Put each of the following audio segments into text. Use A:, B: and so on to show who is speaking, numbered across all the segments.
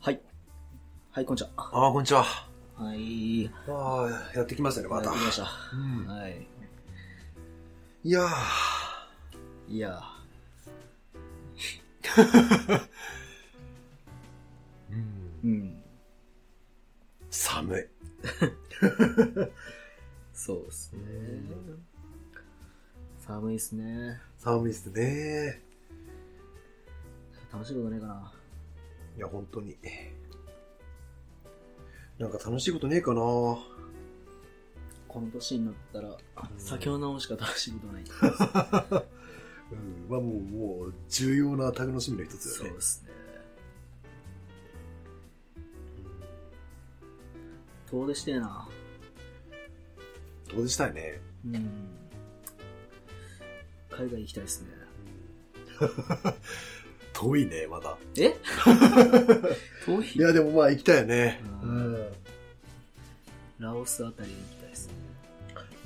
A: はい。はい、こんにちは。
B: ああ、こんにちは。
A: はい。
B: ああ、やってきましたね、また。
A: やってきました。
B: うん
A: はい。
B: いやー
A: いやー、うん。
B: 寒い。
A: そうですね。寒いですね。
B: 寒いですね。
A: 楽しいことねえかな。
B: いや、本当に。なんか楽しいことねえかな
A: この年になったら、酒を飲むしか楽しいことない。
B: うん、はもう、もう、重要な楽しみの一つ
A: そう
B: だよね
A: で。すね。遠出してえな。
B: どうでしたいね。
A: うん。海外行きたいですね。
B: 遠いね、まだ。
A: え遠
B: い
A: い
B: や、でもまあ行きたいよね。
A: う
B: うんん。
A: ラオスあたりに行きたいですね。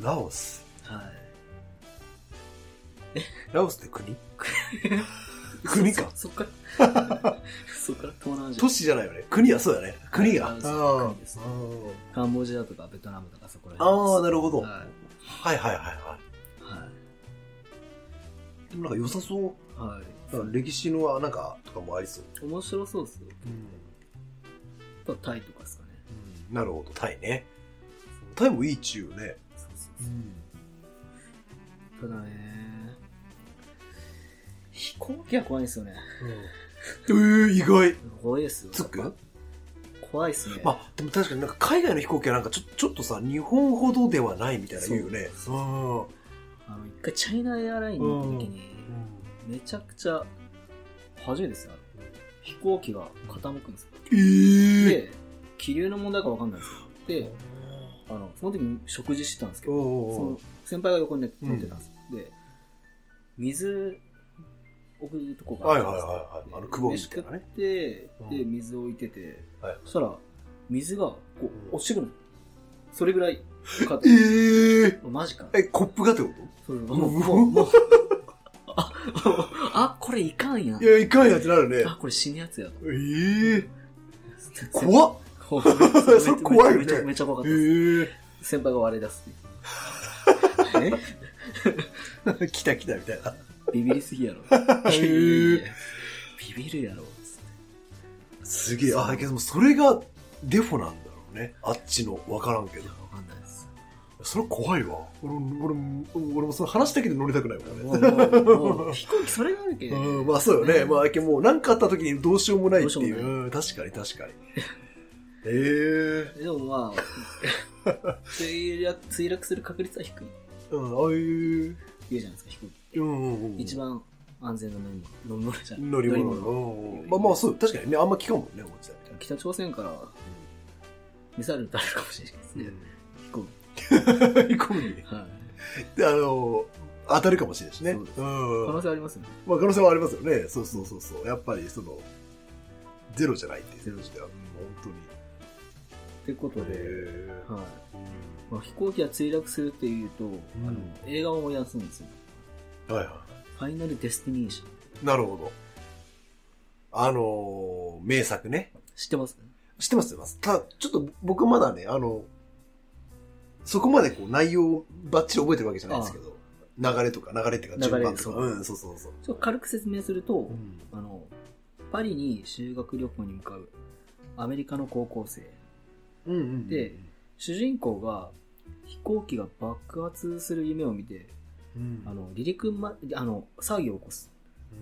B: ラオス。
A: はい。
B: ラオスって 国国か。
A: そそっから そっから東南アジ
B: 都市じゃないよね。国はそうだね。国が。
A: あ
B: うん
A: そう
B: うん
A: 国ですねアカンボジアとかベトナムとかそこら辺
B: ああ、なるほど。
A: は
B: はいはいはいは。
A: どはい
B: でもなんか良さそう。
A: い、はい
B: なんか歴史のなんかとかもありそう。
A: 面白そうですよあとはタイとかですかね
B: なるほど、タイね。タイもいいっちゅうよね。
A: そうそうそうただね飛行機は怖いんですよね
B: うん。えー、意外。
A: 怖いですよ
B: つく
A: 怖いですね
B: まあ、でも確かになんか海外の飛行機はなんかちょちょっとさ、日本ほどではないみたいな言うよね。そ
A: あの一回チャイナエアライン乗った時にめちゃくちゃ初めてですよ飛行機が傾くんですよ
B: えー。
A: で気流の問題かわかんないんですよであのその時に食事してたんですけ
B: お
A: ど、そ
B: お
A: の先輩が横にね乗ってたんです、で水置くとこがあったんですよ
B: はいはいはいはいあの
A: で
B: クボみたいな
A: 飯食
B: ね
A: ってで
B: うん
A: 水置いてて、
B: はい
A: そしたら水がこ
B: うん
A: う落ちてくるのそれぐらいかかっ
B: え
A: て
B: ー。
A: マジか
B: え、コップがってこ
A: そう
B: と
A: もうもうもうああこれいかんやん
B: いや、いかんやってなるね。
A: あこれ死ぬやつやと
B: えー。
A: っ
B: 怖っ それ怖いよ
A: め
B: ね
A: ちゃめちゃ怖か
B: え
A: ったです
B: ー。
A: 先輩が笑い出すっていうえ
B: 来た来たみたいな。
A: ビビりすぎやろ。
B: へ
A: ビ
B: ー
A: ビるやろ。つっ
B: すげえ。あ、けどもそれがデフォなんだろうね。あっちの、わからんけど
A: て。わかんないです。
B: それ怖いわ。俺も、俺も、俺もその話だけで乗りたくないもんね。
A: もうもうもう飛行機それがあるけど、
B: うん、まあそうよね。
A: うん
B: まあ、けどもう何かあった時にどうしようもないってい
A: どう
B: う。
A: しよう
B: うん、確かに確 かに。ええ
A: でもまあ、墜落墜落する確率は低い。
B: うん、ああいう、
A: 言うじゃないですか、飛行機。
B: うんうんうん。
A: 一番安全な乗り物乗り物じゃん。
B: 乗り物
A: 乗り
B: うんうんまあまあそう、確かにね、あんま聞かんもんね、思ってたみたいな。
A: 北朝鮮からミサイル撃たれるかもしれないですね。飛行機。
B: 飛行機
A: はい。
B: であの、当たるかもしれないしね。
A: そうです
B: ん
A: 可能性ありますよね。
B: まあ、可能性はありますよね。そうそうそうそう。やっぱりその、ゼロじゃないっていう。
A: ゼロじ
B: ゃない。本
A: ということ
B: 当に。
A: で、
B: へ
A: はい。まあ、飛行機が墜落するっていうと、あの映画を思い出すんですよ。
B: え。はいは
A: ファイナルデスティネーション。
B: い。なるほど。あのー、名作ね。
A: 知ってます
B: 知ってます知ってます。ただ、ちょっと僕まだね、あの、そこまでこう内容をバッチリ覚えてるわけじゃないですけど、流れとか、流れっていうか、順番とか。
A: 流れ
B: うん、そうそうそう。
A: ちょっと軽く説明すると、
B: うん
A: あの、パリに修学旅行に向かうアメリカの高校生。
B: うんうん
A: で主人公が飛行機が爆発する夢を見て、
B: うん
A: あの、離陸ま、あの、騒ぎを起こす。
B: う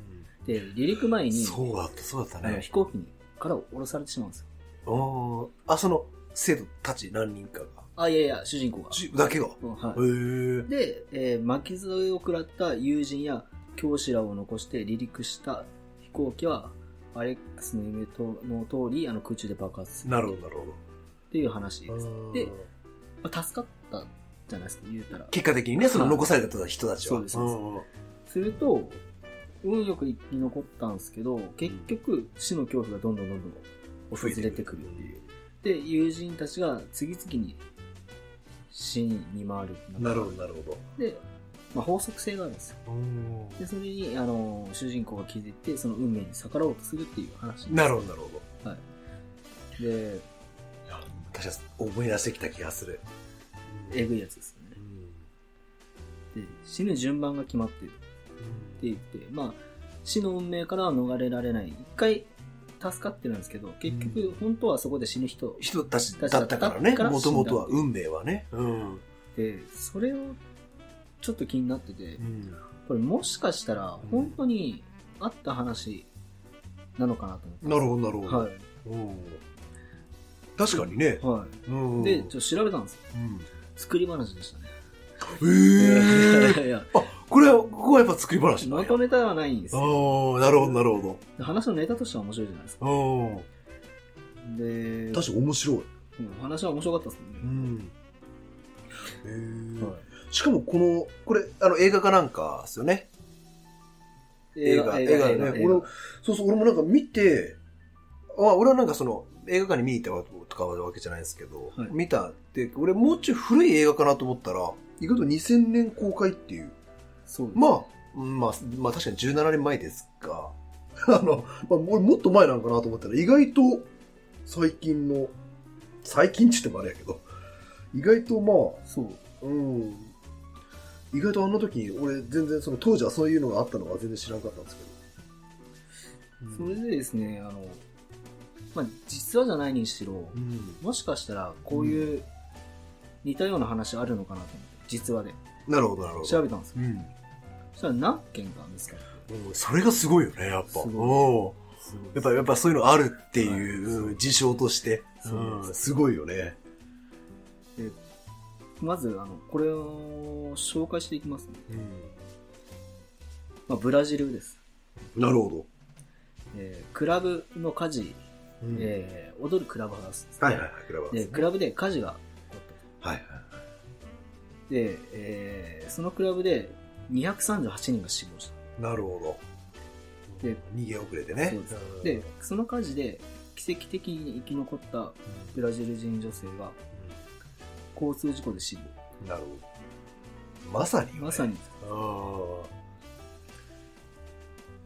B: ん
A: で、離陸前に、
B: そうだった、そうだった
A: あの
B: ね
A: 飛。行機にから降ろされてしまうんですよ。
B: ああ、その、生徒たち何人かが。
A: あ、いやいや、主人公が。
B: じだけが。へ
A: うんはい
B: え。
A: で、えー巻き添えを食らった友人や教師らを残して離陸した飛行機は、アレックスの夢との通り、あの空中で爆発する
B: なるほど、なるほど。
A: っていう話です。で
B: うん
A: まあ、助かったじゃないですか、言うたら。
B: 結果的にね、その
A: はい
B: 残された人たちは。
A: そうですそうです
B: んうん
A: すると、運よく生き残ったんですけど、結局、死の恐怖がどんどんどんどん訪れてくるっていう。で、友人たちが次々に死に見舞われる。
B: なるほど、なるほ
A: で、まあ、法則性があるんですよ。
B: ど。
A: で、それに、あの、主人公が気づいて、その運命に逆らおうとするっていう話。
B: なるほど、なるほど。
A: はい。で、
B: 確かに思い出してきた気がする。
A: えぐいやつです
B: う
A: よ
B: ん
A: ね。で、死ぬ順番が決まってるって言って、まあ、死の運命からは逃れられない。一回助かってるんですけど、結
B: う
A: 局、本当はそこで死ぬ人
B: 人たちだったからね
A: だったから、
B: もともとは、運命はね。うん。
A: で、それをちょっと気になってて
B: う、ん
A: これもしかしたら本当にあった話なのかなと思って。
B: なるほど、なるほど。
A: はい。
B: うん確かにね。
A: は
B: うん
A: い。で、ちょっと調べたんですよ。
B: うん
A: 作り話でしたね。い
B: え
A: や い
B: え。
A: やいや、
B: あ、これは、ここはやっぱ作り話なん
A: ま
B: や
A: と。めたはないんです
B: ああ
A: よ。
B: ー、なるほど、なるほ
A: 話のネタとしては面白いじゃないですか。
B: ど。うん。
A: で、
B: 確かに面白い。
A: うん話は面白かったですも
B: うん
A: ね。
B: ん。へー
A: は
B: しかもこの、これ、あの、映画かなんかですよね。
A: い
B: 映画、映画ね。俺も、そうそう、俺もなんか見て、あ俺はなんかその、映画館に見に行ったとかはわけじゃないですけど、
A: はい
B: 見たって、俺もうちょい古い映画かなと思ったら、意外と2000年公開っていう。
A: そうです。
B: まあ、うんまあ、まあ確かに17年前ですが、 あの、まあ、俺もっと前なんかなと思ったら、意外と最近の、最近って言ってもあれやけど、意外とまあ、
A: そう。
B: うん。意外とあの時に、俺全然その当時はそういうのがあったのは全然知らなかったんですけど。
A: それでですね、あの、まあ、実はじゃないにしろ
B: う、ん。
A: もしかしたらこういう似たような話あるのかなと思って、実話で
B: なるほど、なるほど。
A: 調べたんですよ。
B: うん。
A: そしたら何件か見つかって、
B: うんそれがすごいよね、やっぱ。
A: すごい
B: おう
A: すごい
B: やっぱ、やっぱそういうのあるっていう
A: はい
B: うん事象として。
A: そう
B: う
A: です
B: ん、すごいよね。
A: まず、あの、これを紹介していきますね。
B: うん。
A: まあ、ブラジルです。
B: なるほど。
A: えークラブの火事、
B: うん
A: えー踊るクラブハウスです、
B: はいはいはい、クラブハウス
A: で、
B: ね
A: クラブで火事が起こっ
B: はいはい
A: た。で、えーそのクラブで238人が死亡し
B: なるほど。
A: で
B: 逃げ遅れて
A: た。
B: ね。
A: そうです
B: うん
A: で、その火事で奇跡的に生き残ったブラジル人女性が交通事故で死亡。
B: うんなるほど。まさによね、
A: まさに。
B: あ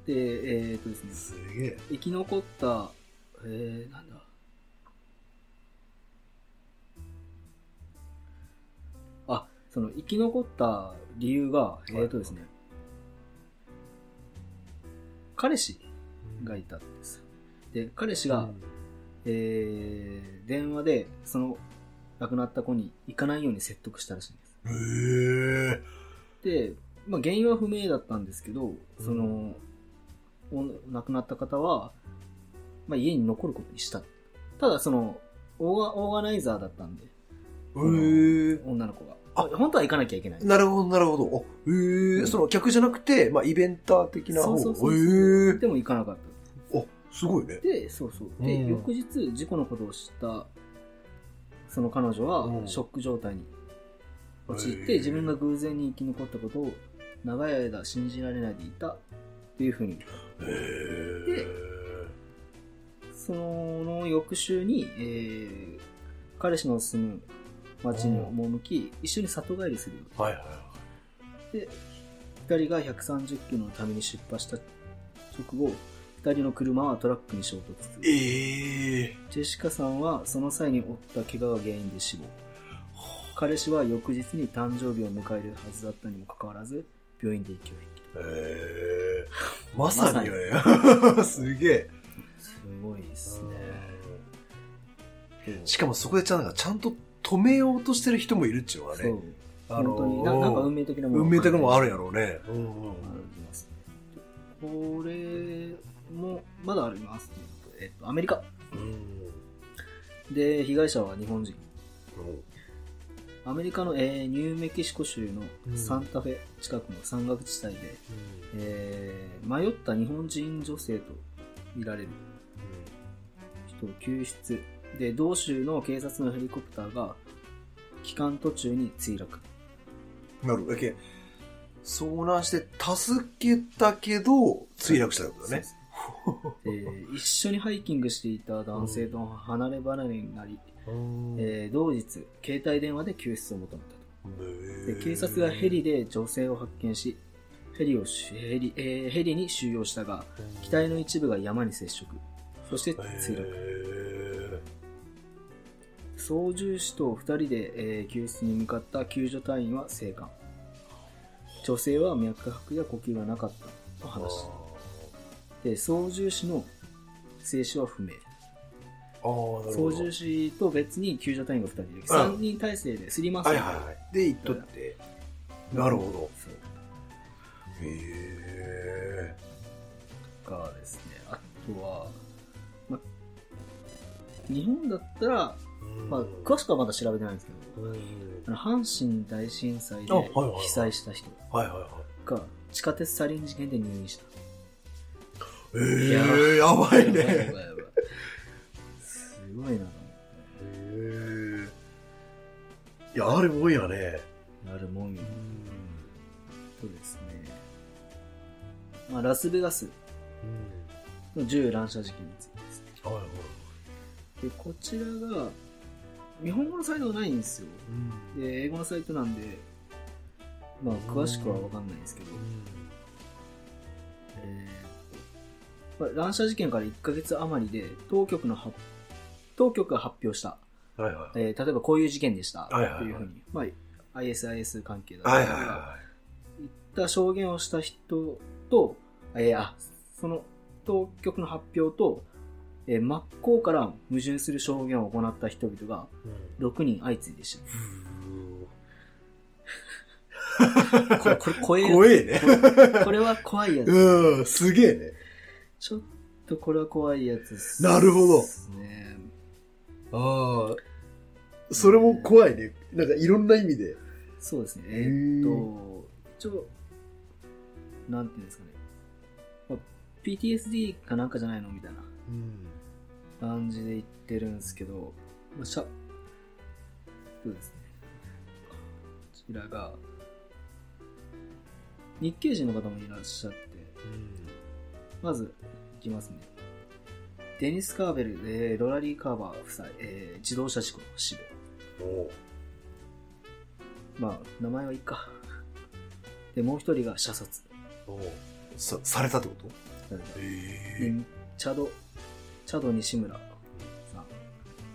A: で、えっとです
B: あ、
A: ね、
B: すげえ。
A: 生き残った、えー、なんだ。あ、その生き残った理由が、え
B: い
A: っ、とですね、彼氏がいたんです。で、彼氏が、えー、電話で、その、亡くなった子に行かないように説得したらしいんです。
B: へえ。
A: で、まあ、原因は不明だったんですけど、その、お亡くなった方は、まあ、家に残ることにした。ただ、その、オーガオーガナイザーだったんで、
B: へえ。
A: 女の子が。
B: あ
A: 本当は行かなきゃいけない。
B: なるほど、なるほど。おへえ、
A: うん
B: その客じゃなくて、まあ、イベンター的な
A: そ
B: 方。
A: うそうそう
B: へ
A: でも行かなかっ
B: え。あ、すごいね
A: た。。で、そうそう。で、
B: うん
A: 翌日、事故のことを知った、その彼女
B: うん
A: は、ショック状態に陥っ
B: へ
A: て、
B: え
A: 自分が偶然に生き残ったことを、長い間信じられないでいた、っていうふうに
B: へえ。
A: その翌週に、えー彼氏の住む町に赴き、一緒に里帰りするよ
B: はいはいは
A: で、二人が130キロの旅に出発した直後、二人の車はトラックに衝突する。
B: い。ええ。
A: ジェシカさんはその際に負った怪我が原因で死亡。彼氏は翌日に誕生日を迎えるはずだったにもかかわらず、病院で息を引き取る。
B: へえ。まさによね。 すげえ。
A: すごいですね。
B: しかもそこでちゃんなんかちゃんと止めようとしてる人もいるっちゅうのが
A: そ
B: ね。
A: う。
B: あの
A: 本当にな、なんか運命的なものを
B: 運命的なもんあ
A: 感じ
B: るんやろうね。
A: ありますね。これも、まだあります、えっと、アメリカ。で、被害者は日本人。アメリカの、えーニューメキシコ州のサンタフェ近くの山岳地帯で、えー迷った日本人女性と見られる人を救出。で、同州の警察のヘリコプターが帰還途中に墜落。
B: なるほど。け遭難して助けたけど、墜落したってことだね。
A: そうですねで一緒にハイキングしていた男性と離れ離れになり、えー同日、携帯電話で救出を求めたと。で警察がヘリで女性を発見しヘリをしヘリ、えーヘリに収容したが機体の一部が山に接触そして墜落
B: 落。
A: 操縦士と2人で、えー救出に向かった救助隊員は生還女性は脈拍や呼吸がなかったと話したで操縦士の生死は不明
B: あーあー、なる
A: 操
B: ほど。
A: 縦士と別に救助隊員が2人で3人体制ですります
B: は
A: よ
B: いはいはい。で、行っとって。なるほど。
A: そう
B: へえ。
A: とかですねあとは、ま、日本だったら、まあ、詳しくはまだ調べてないんですけど
B: うん
A: あの阪神大震災
B: あはい
A: で
B: はいはい
A: 被災した人
B: はいはいはい。
A: が地下鉄サリン事件で入院した
B: え
A: いや
B: ー、やばいね。
A: やばい
B: へ
A: やばいやばい すごいなと思っ
B: ーいや、あれもんやね。
A: てなるもんよとですね、まあ、ラスベガスの銃乱射事件についてですね
B: はいはい。
A: でこちらが日本語のサイトがないんですよで英語のサイトなんでまあ詳しくは分かんないんですけど、えーまあ乱射事件から1ヶ月余りで当局の発当局が発表した、
B: はいはい。
A: えー例えばこういう事件でした
B: はいはいはい
A: というふうに、まあ、ISIS 関係だった
B: はいはい
A: りとか
B: は
A: 言った証言をした人と、えーあその当局の発表と、えー真っ向から矛盾する証言を行った人々が
B: い。
A: 6人相次いでし
B: うん
A: たこれこれ怖えやつ
B: 怖えね。
A: これは怖いやつ
B: うん、すげえね。
A: ちょっとこれは怖いやつっす
B: なるほど
A: ね
B: ああ。それも怖いね。なんかいろんな意味で。
A: そうですね。
B: へー
A: えーっと、一応、なんていうんですかね。まあ PTSD かなんかじゃないのみたいな
B: うん。
A: 感じで言ってるんですけど、まあ、しゃ、そうですね。こちらが、日系人の方もいらっしゃって、まず、いきますね。デニス・カーベル、えーロラリー・カーバー夫妻、えー自動車事故の死亡。
B: お
A: まあ、名前はいいか。で、もう一人が射殺。
B: おさ、されたってことへ
A: で
B: え。
A: チャド、チャド西村さん、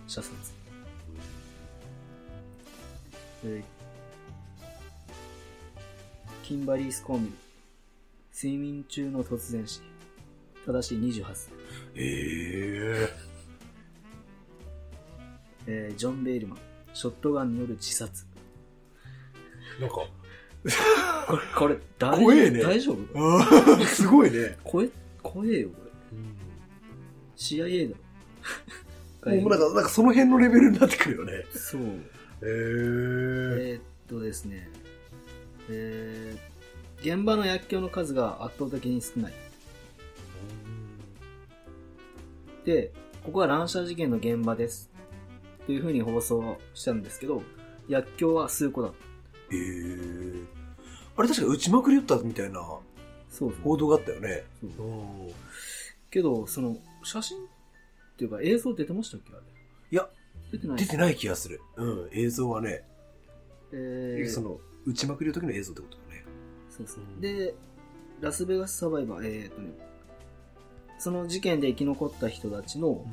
A: 射殺。でキンバリー・スコーミル、睡眠中の突然死。ただし28歳。
B: へえ。
A: えージョン・ベイルマン、ショットガンによる自殺。
B: なんか、
A: これ、これ、大丈夫
B: 怖えね
A: 大丈夫
B: ああ、 すごいね。
A: 怖え、怖えよ、これ。CIA だ ろ。
B: もうなんか、なんかその辺のレベルになってくるよね。へ
A: そう。
B: え。
A: えーっとですね、えー現場の薬莢の数が圧倒的に少ない。で、ここは乱射事件の現場です。というふうに放送したんですけど、薬莢は数個だった。
B: へえ。あれ確か打ちまくり打ったみたいな
A: そうです
B: 報道があったよね。
A: そう
B: お
A: けど、その、写真っていうか映像出てましたっけあれ。
B: いや、
A: 出てない。
B: 出てない気がする。うん、映像はね、
A: えー
B: その、打ちまくりの時の映像ってことだね。
A: そうそうで、ラスベガスサバイバー、えーっとね、その事件で生き残った人たちの、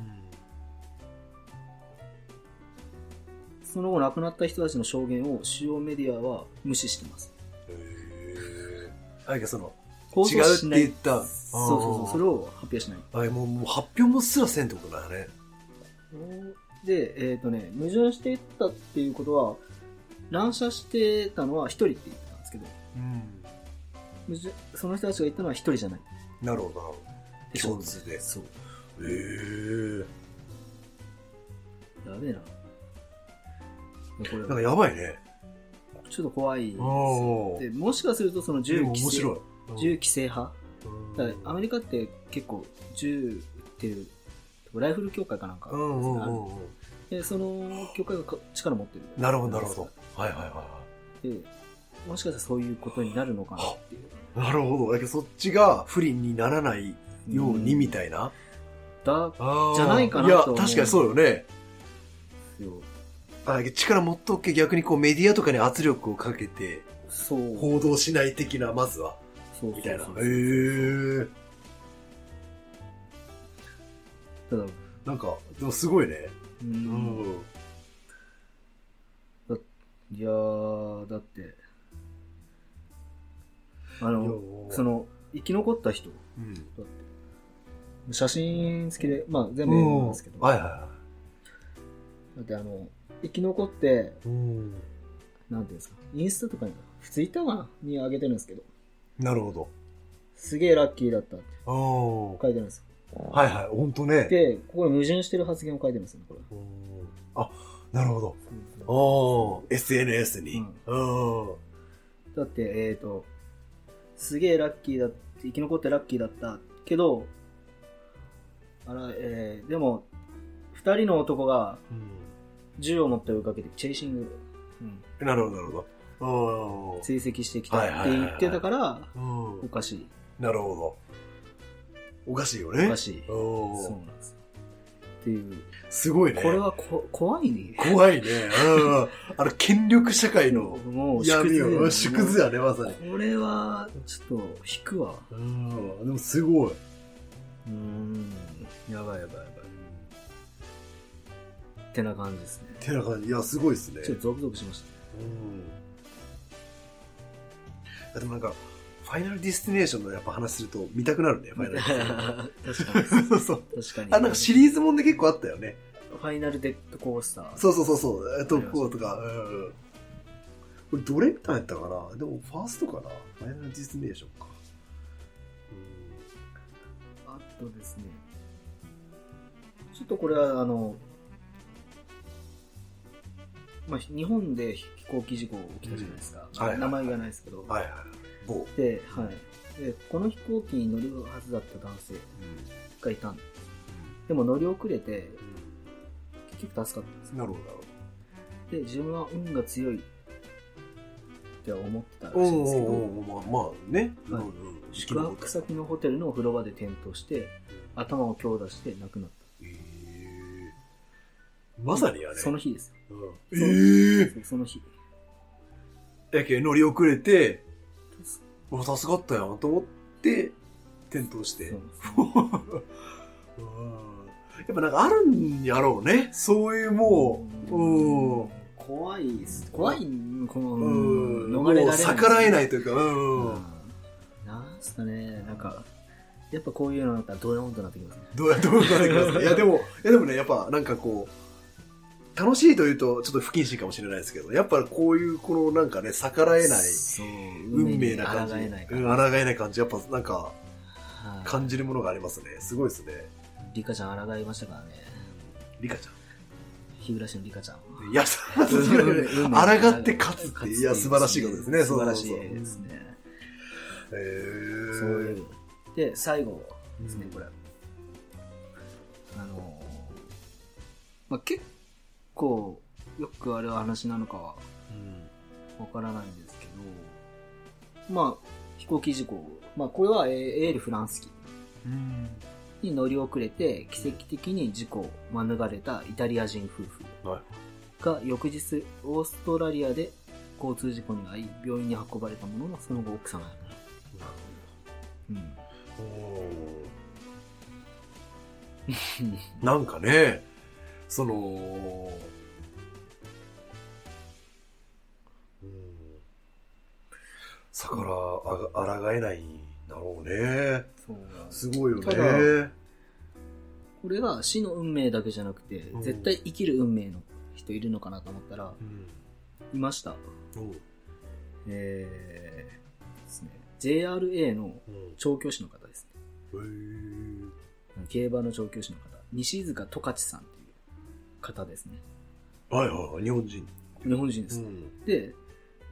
A: その後亡くなった人たちの証言を主要メディアは無視してます。
B: へえ。なんかその、
A: 放
B: 違
A: 送
B: うっ
A: してない
B: 言った。
A: そ
B: あ
A: うそうそう、それを発表しない。
B: あもう、もう発表もすらせんってことだよね。
A: で、えっ、とね、矛盾していったっていうことは、乱射してたのは一人って言ってたんですけど、
B: うん。
A: 矛盾その人たちが言ったのは一人じゃない。
B: なるほど、なるほ
A: で
B: ど。共通で。へ
A: そう。
B: え。
A: やべえな。これ
B: なんかやばいね。
A: ちょっと怖いですよ
B: お
A: でもしかするとその
B: 銃
A: 銃
B: 面
A: 規制
B: 白い。
A: 銃規制派だからアメ
B: リ
A: リカって結構銃っていうライフル協会かなんか
B: カうんうんうんうん。
A: でその協会がか力持ってる
B: なるほど、なるほど。はいはいはいは
A: でもしかしたらそういうことになるのかなっていう
B: い。なるほど。だけどそっちが不利にならないようにみたいな。
A: だっ
B: あー
A: じゃないかない
B: や、
A: と思う
B: 確かにそうよね。
A: すよ
B: あだけど力持っとけ逆にこうメディアとかに圧力をかけて
A: そう
B: 報道しない的な、まずは。
A: そうそう
B: みたいな。へ
A: そう
B: え。
A: ただ
B: なんか、でもすごいね。
A: う
B: うんん。
A: いやー、だって、あ
B: いや
A: の、そ、の、生き残った人、
B: うん。
A: 写真付きで、まあ全部なんですけど、
B: はいはいは
A: だってあの、生き残って、
B: い。うん。
A: なんていうんですか、インスタとかに、ツイッターかなに上げてるんですけど、
B: なるほど。
A: すげえラッキーだったって
B: ああ。
A: 書いてるんですよ。
B: はいはい、ほんとね。
A: で、ここに矛盾してる発言を書いてますね、これ。
B: うんあ、なるほど。おー、SNS に。うん。
A: だって、えっ、と、すげえラッキーだ生き残ってラッキーだったけど、あら、えーでも、二人の男が銃を持って追いかけて、チェイシング、うん
B: なるほど、なるほど。
A: 追跡してきたって言ってたから、
B: うん。う
A: お
B: ん。
A: かしい、
B: なるほど。おかしいよ
A: お
B: ね
A: か。しい。
B: うん
A: そうなんですよ。っていう、
B: すごいね。
A: これはこ怖いね。
B: 怖いね。うん。あの、権力社会の
A: もう
B: 闇
A: だよ
B: を、縮図やね、まさに。
A: これは、ちょっと、引くわ。
B: うん。でもすごい。
A: うーん、やばいやばいやばい。ってな感じですね。
B: てな感じ。いや、すごいですね。
A: ちょっとゾクゾクしました。
B: うんあでもなんか、ファイナルディスティネーションのやっぱ話すると見たくな るね、ファイナルディスティネー
A: 確
B: ション。
A: かに。
B: そうそう。
A: 確かに。
B: あ、なんかシリーズもんで結構あったよね。
A: ファイナルデッドコースター。
B: そうそうそうそう。えっと、こうとか。うんうん。これどれみたいなやったかなでも、ファーストかなファイナルディスティネーションか。
A: あとですね。ちょっとこれは、あの、まあ、日本で飛行機事故起きたじゃないですか。
B: うんはい
A: 名前がないですけど。
B: うん。はいはい。某。
A: で、はい。で、この飛行機に乗るはずだった男性がいたんででも乗り遅れて、結局助かったんですよ
B: なるほど、なる
A: で、自分は運が強いって思ってたらし
B: ほど。
A: いんですけど、
B: まあ、まあね。
A: はい
B: うんうん
A: 宿泊先のホテルのお風呂場で転倒して、頭を強打して亡くなっ
B: えーまさにや
A: た。
B: ね。
A: その日です。
B: ええ
A: そうその日。
B: やけ乗り遅れて、
A: そ
B: お助かったよと思って、転倒して。
A: う
B: うんやっぱなんかあるんやろうね。そういうもう、うん。
A: 怖いです。怖い、この、
B: うん。
A: 逃れられ
B: も
A: な
B: う
A: い。
B: 逆らえないというか、うん。
A: うんなんすかね、なんか、やっぱこういうのなんかドヨーンとなってきますね。
B: どうやってもなってきますね。いや、でも、いや、でもね、やっぱなんかこう、楽しいというと、ちょっと不謹慎かもしれないですけど、やっぱこういう、このなんかね、逆らえない、
A: そう、
B: 運命な感じ。
A: 抗えないか
B: うん、
A: ら。
B: 抗えない感じ。やっぱなんか、
A: はい
B: 感じるものがありますね。すごいですね。
A: リカちゃん抗いましたからね。
B: リカちゃん。
A: 日暮らしのリカちゃんは。
B: いや、そうですね抗って勝つって、いや、素晴らしいことですね。
A: 素晴らしい
B: そうそうそう
A: ですね。
B: へー
A: そういう。で、最後ですね
B: う、ん
A: これ。あのー、まあ、結構よくある話なのかは
B: うん
A: わからないんですけど、まあ、飛行機事故。まあ、これはえーエールフランス機に乗り遅れて奇跡的に事故を免れたイタリア人夫婦
B: は
A: が翌日オーストラリアで交通事故に遭い病院に運ばれたもののその後奥様が亡くなる、
B: お
A: うん、
B: ーなんかね、その、うん逆らあが抗えないんだろうね。
A: そうなんです
B: すごいよ
A: た
B: ね。
A: だこれが死の運命だけじゃなくて
B: うん
A: 絶対生きる運命の人いるのかなと思ったら
B: うん
A: いました
B: うん
A: えー、ですね JRA の
B: うん
A: 調教師の方ですね
B: へー
A: 競馬の調教師の方西塚十勝さんという方ですね
B: はいはいはい、日本人。
A: 日本人です、
B: ん、
A: で、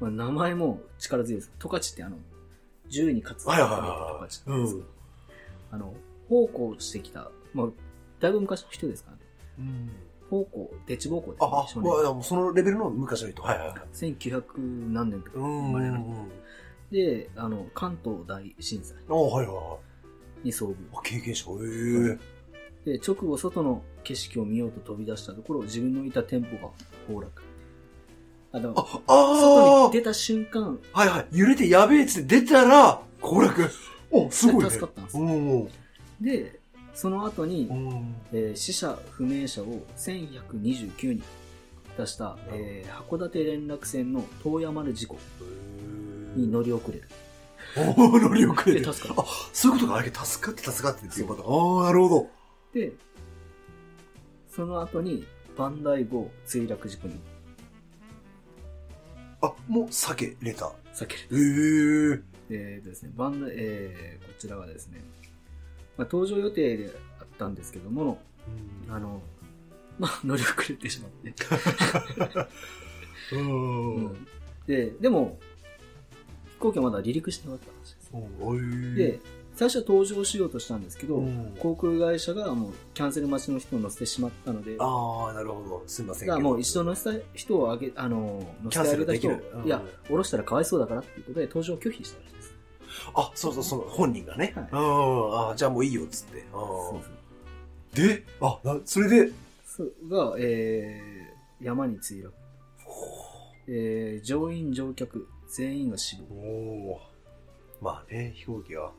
A: まあ、名前も力強いです。十勝ってあの、銃に勝つ。
B: はいはいはいはい
A: 十勝なんですけどあの、奉公してきた、まあ、だいぶ昔の人ですからね。
B: うん
A: 奉公、デチ奉公です、ね
B: あ、あ、
A: 少年
B: まあ、でもそのレベルの昔の人。はいはいはい。
A: 1900何年とか
B: う。んうんうん。
A: で、あの、関東大震災
B: あ、はいはいは
A: に遭遇。
B: い。あ、経験者。へえ。
A: で、直後、外の景色を見ようと飛び出したところ、自分のいた店舗が崩落。あの、
B: あ、
A: 外
B: あ
A: に出た瞬間、
B: あはいはい。揺れてやべえっつって出たら、攻略。 お、すごいね。
A: 助かったんです
B: う
A: よ。
B: んうん。
A: で、その後に
B: う、ん。
A: えー死者不明者を1129人出した、
B: ほど
A: えー函館連絡船の遠山丸事故に乗り遅れる。
B: おお、乗り遅れ
A: で、
B: る。
A: 助かる
B: あ、そういうことか。あれ、助かって助かってっていうパターン。ああ、なるほど。
A: で、その後に、バンダイ号墜落事故に
B: あ、もう、避けれた。
A: 避ける。
B: ええ。
A: えーとですね、バンダイ、えーこちらはですね、まあ、登場予定であったんですけども、あの、 まあ、乗り遅れてしまって。
B: うん。うん。
A: で、でも、飛行機はまだ離陸してなかった話です。
B: おー
A: で、、最初は搭乗しようとしたんですけど、
B: うん
A: 航空会社がもうキャンセル待ちの人を乗せてしまったので、だか
B: ああ、なるほど。すみませんけど。
A: らもう一度乗せた人をあげ、あの、乗せてあげた
B: キ
A: 人
B: ャ
A: を
B: ンセルできるうん
A: いや、降ろしたらかわいそうだからっていうことで搭乗を拒否したらしいです。
B: あ、そうそう、その本人がね。
A: はい
B: うん。あーじゃあもういいよ、っつって。あ
A: そう
B: ー
A: そう
B: で、あ、なそれで、
A: そうが、えー山に墜落。えー乗員乗客全員が死亡。
B: おおー。まあね、飛行機は。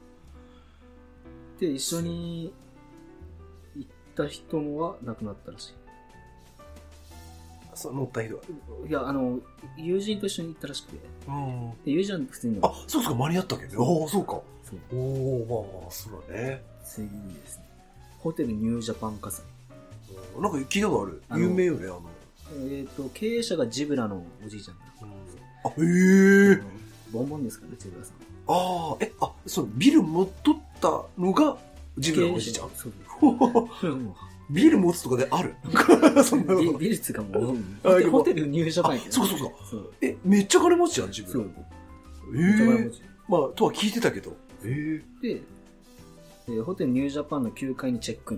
A: で、一緒に行った人もは亡くなったらしい。
B: そう乗った人は。
A: いや、あの、友人と一緒に行ったらしくて、
B: うん。
A: で友人は普通に
B: あ、そうっすか、間に合ったっけど。ああ、そうか。
A: そう
B: おお、まあまあ、そうだね。
A: 次にですね、ホテルニュージャパン火災。
B: うんなんか聞いたことあ
A: あ
B: る。
A: の
B: 有名よね、あの。
A: えっ、と、経営者がジブラのおじいちゃん。
B: あ、へえ。
A: ボンボンですかね、ジブラさん。
B: ああ、え、あ、そう、ビル持っとったのが、ジブラのおじいちゃん
A: 経営。者そうですも
B: ビル持つとかであるそんなこ
A: う
B: と
A: 美。美術がもう、
B: あ
A: ホ
B: で
A: テ
B: も
A: ホテルニュージャパンやけ
B: あ
A: ど
B: そうかそうか。
A: そう。
B: え、めっちゃ金持ちじゃん、ジブ
A: そ
B: ラ。
A: う。
B: え
A: めっちゃ金持
B: え。
A: ち
B: まあ、とは聞いてたけど。え
A: で、えーホテルニュージャパンの9階にチェックイ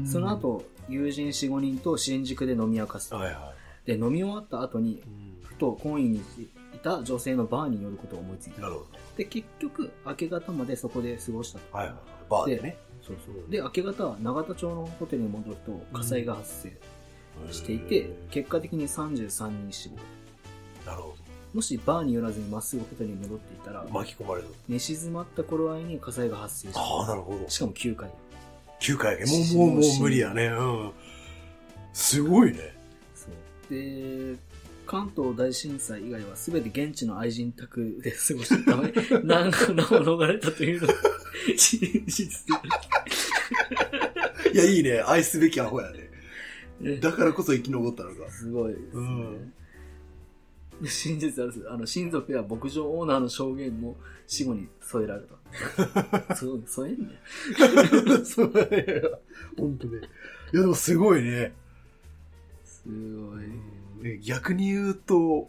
A: ン。
B: え。
A: その。後、友人4、5人と新宿で飲み明かす。
B: はいは
A: で、飲み終わった後に
B: い。、
A: ふと懇意にいた女性のバーに寄ることを思いついた。
B: なるほど。
A: で、結局、明け方までそこで過ごしたと。
B: はいはい。バーでね。
A: そうそう。で、明け方は永田町のホテルに戻ると火災が発生していて、
B: へえ
A: 結果的に33人死亡。
B: なるほ
A: もしバーに寄らずにまっすぐホテルに戻っていたら
B: ど。、巻き込まれる。
A: 寝静まった頃合いに火災が発生した。
B: ああ、なるほど。
A: しかも9回。
B: 9回やけんもう、もう、もう無理やね。うん。すごいね。
A: そうで関東大震災以外は全て現地の愛人宅で過ごしたため 難かなを逃れたというのが 事実
B: いや、いいね。愛すべきアホやね。
A: で
B: だからこそ生き残った のか。
A: すごいですね、
B: うん
A: で真実あるあの親族や牧場オーナーの証言も死後に添えられ たそう添えんね
B: そうだね。本当ね。いや、でもすごいね。
A: すごい
B: え逆に言うと、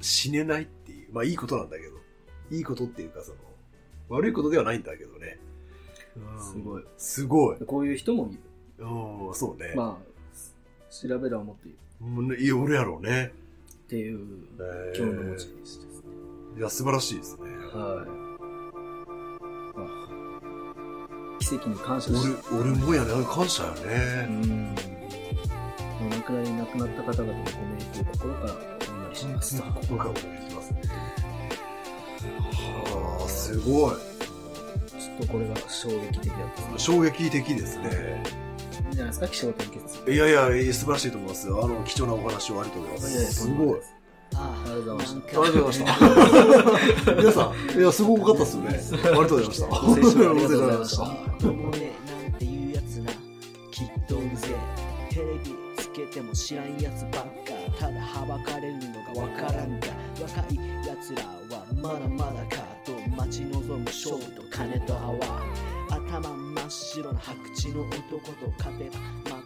B: 死ねないっていう。まあ、いいことなんだけど。いいことっていうか、その、悪いことではないんだけどね。
A: すごい
B: すごい。
A: でこういう人もいる
B: うん、そうね。
A: まあ調べればもっといる
B: うんいや、俺やろうね。
A: っていう
B: え
A: 興味の持ち主ですね
B: いや、素晴らしいですね。
A: はい。奇跡に感謝して、
B: 俺、俺もやね。感謝や
A: う
B: ね。
A: ん、どのくらい亡くなった方々のご冥福を心からお祈りしますと。
B: 心からお願いします。はあ、すご
A: ち
B: い。
A: ょっとこれが衝撃的だったんじ
B: 衝撃的ですね。
A: ゃないですか、気象点結。
B: いやいやいや、素晴らしいと思います。あの、貴重なお話をありがとうございま
A: いやいや
B: す。
A: と
B: す
A: んでも
B: ご
A: ないいで。ありがとうございました。
B: ありがとうございました。皆さん、いや、すごかったですよね。ありがとうございました。
A: ご清聴あ りがとうございました
B: ありがとうございました
C: おもねえなんていうやつなきっとうぜえテレビつけても知らんやつばっかただはばかれるのがわからんか若いやつらはまだまだかと待ち望む勝負と金と泡頭真っ白な白痴の男と勝てば